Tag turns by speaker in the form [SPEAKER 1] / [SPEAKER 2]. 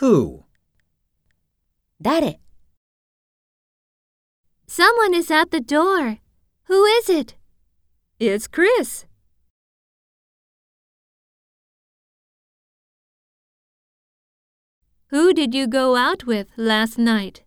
[SPEAKER 1] Who?
[SPEAKER 2] 誰 Someone is at the door. Who is it? It's Chris. Who did you go out with last night?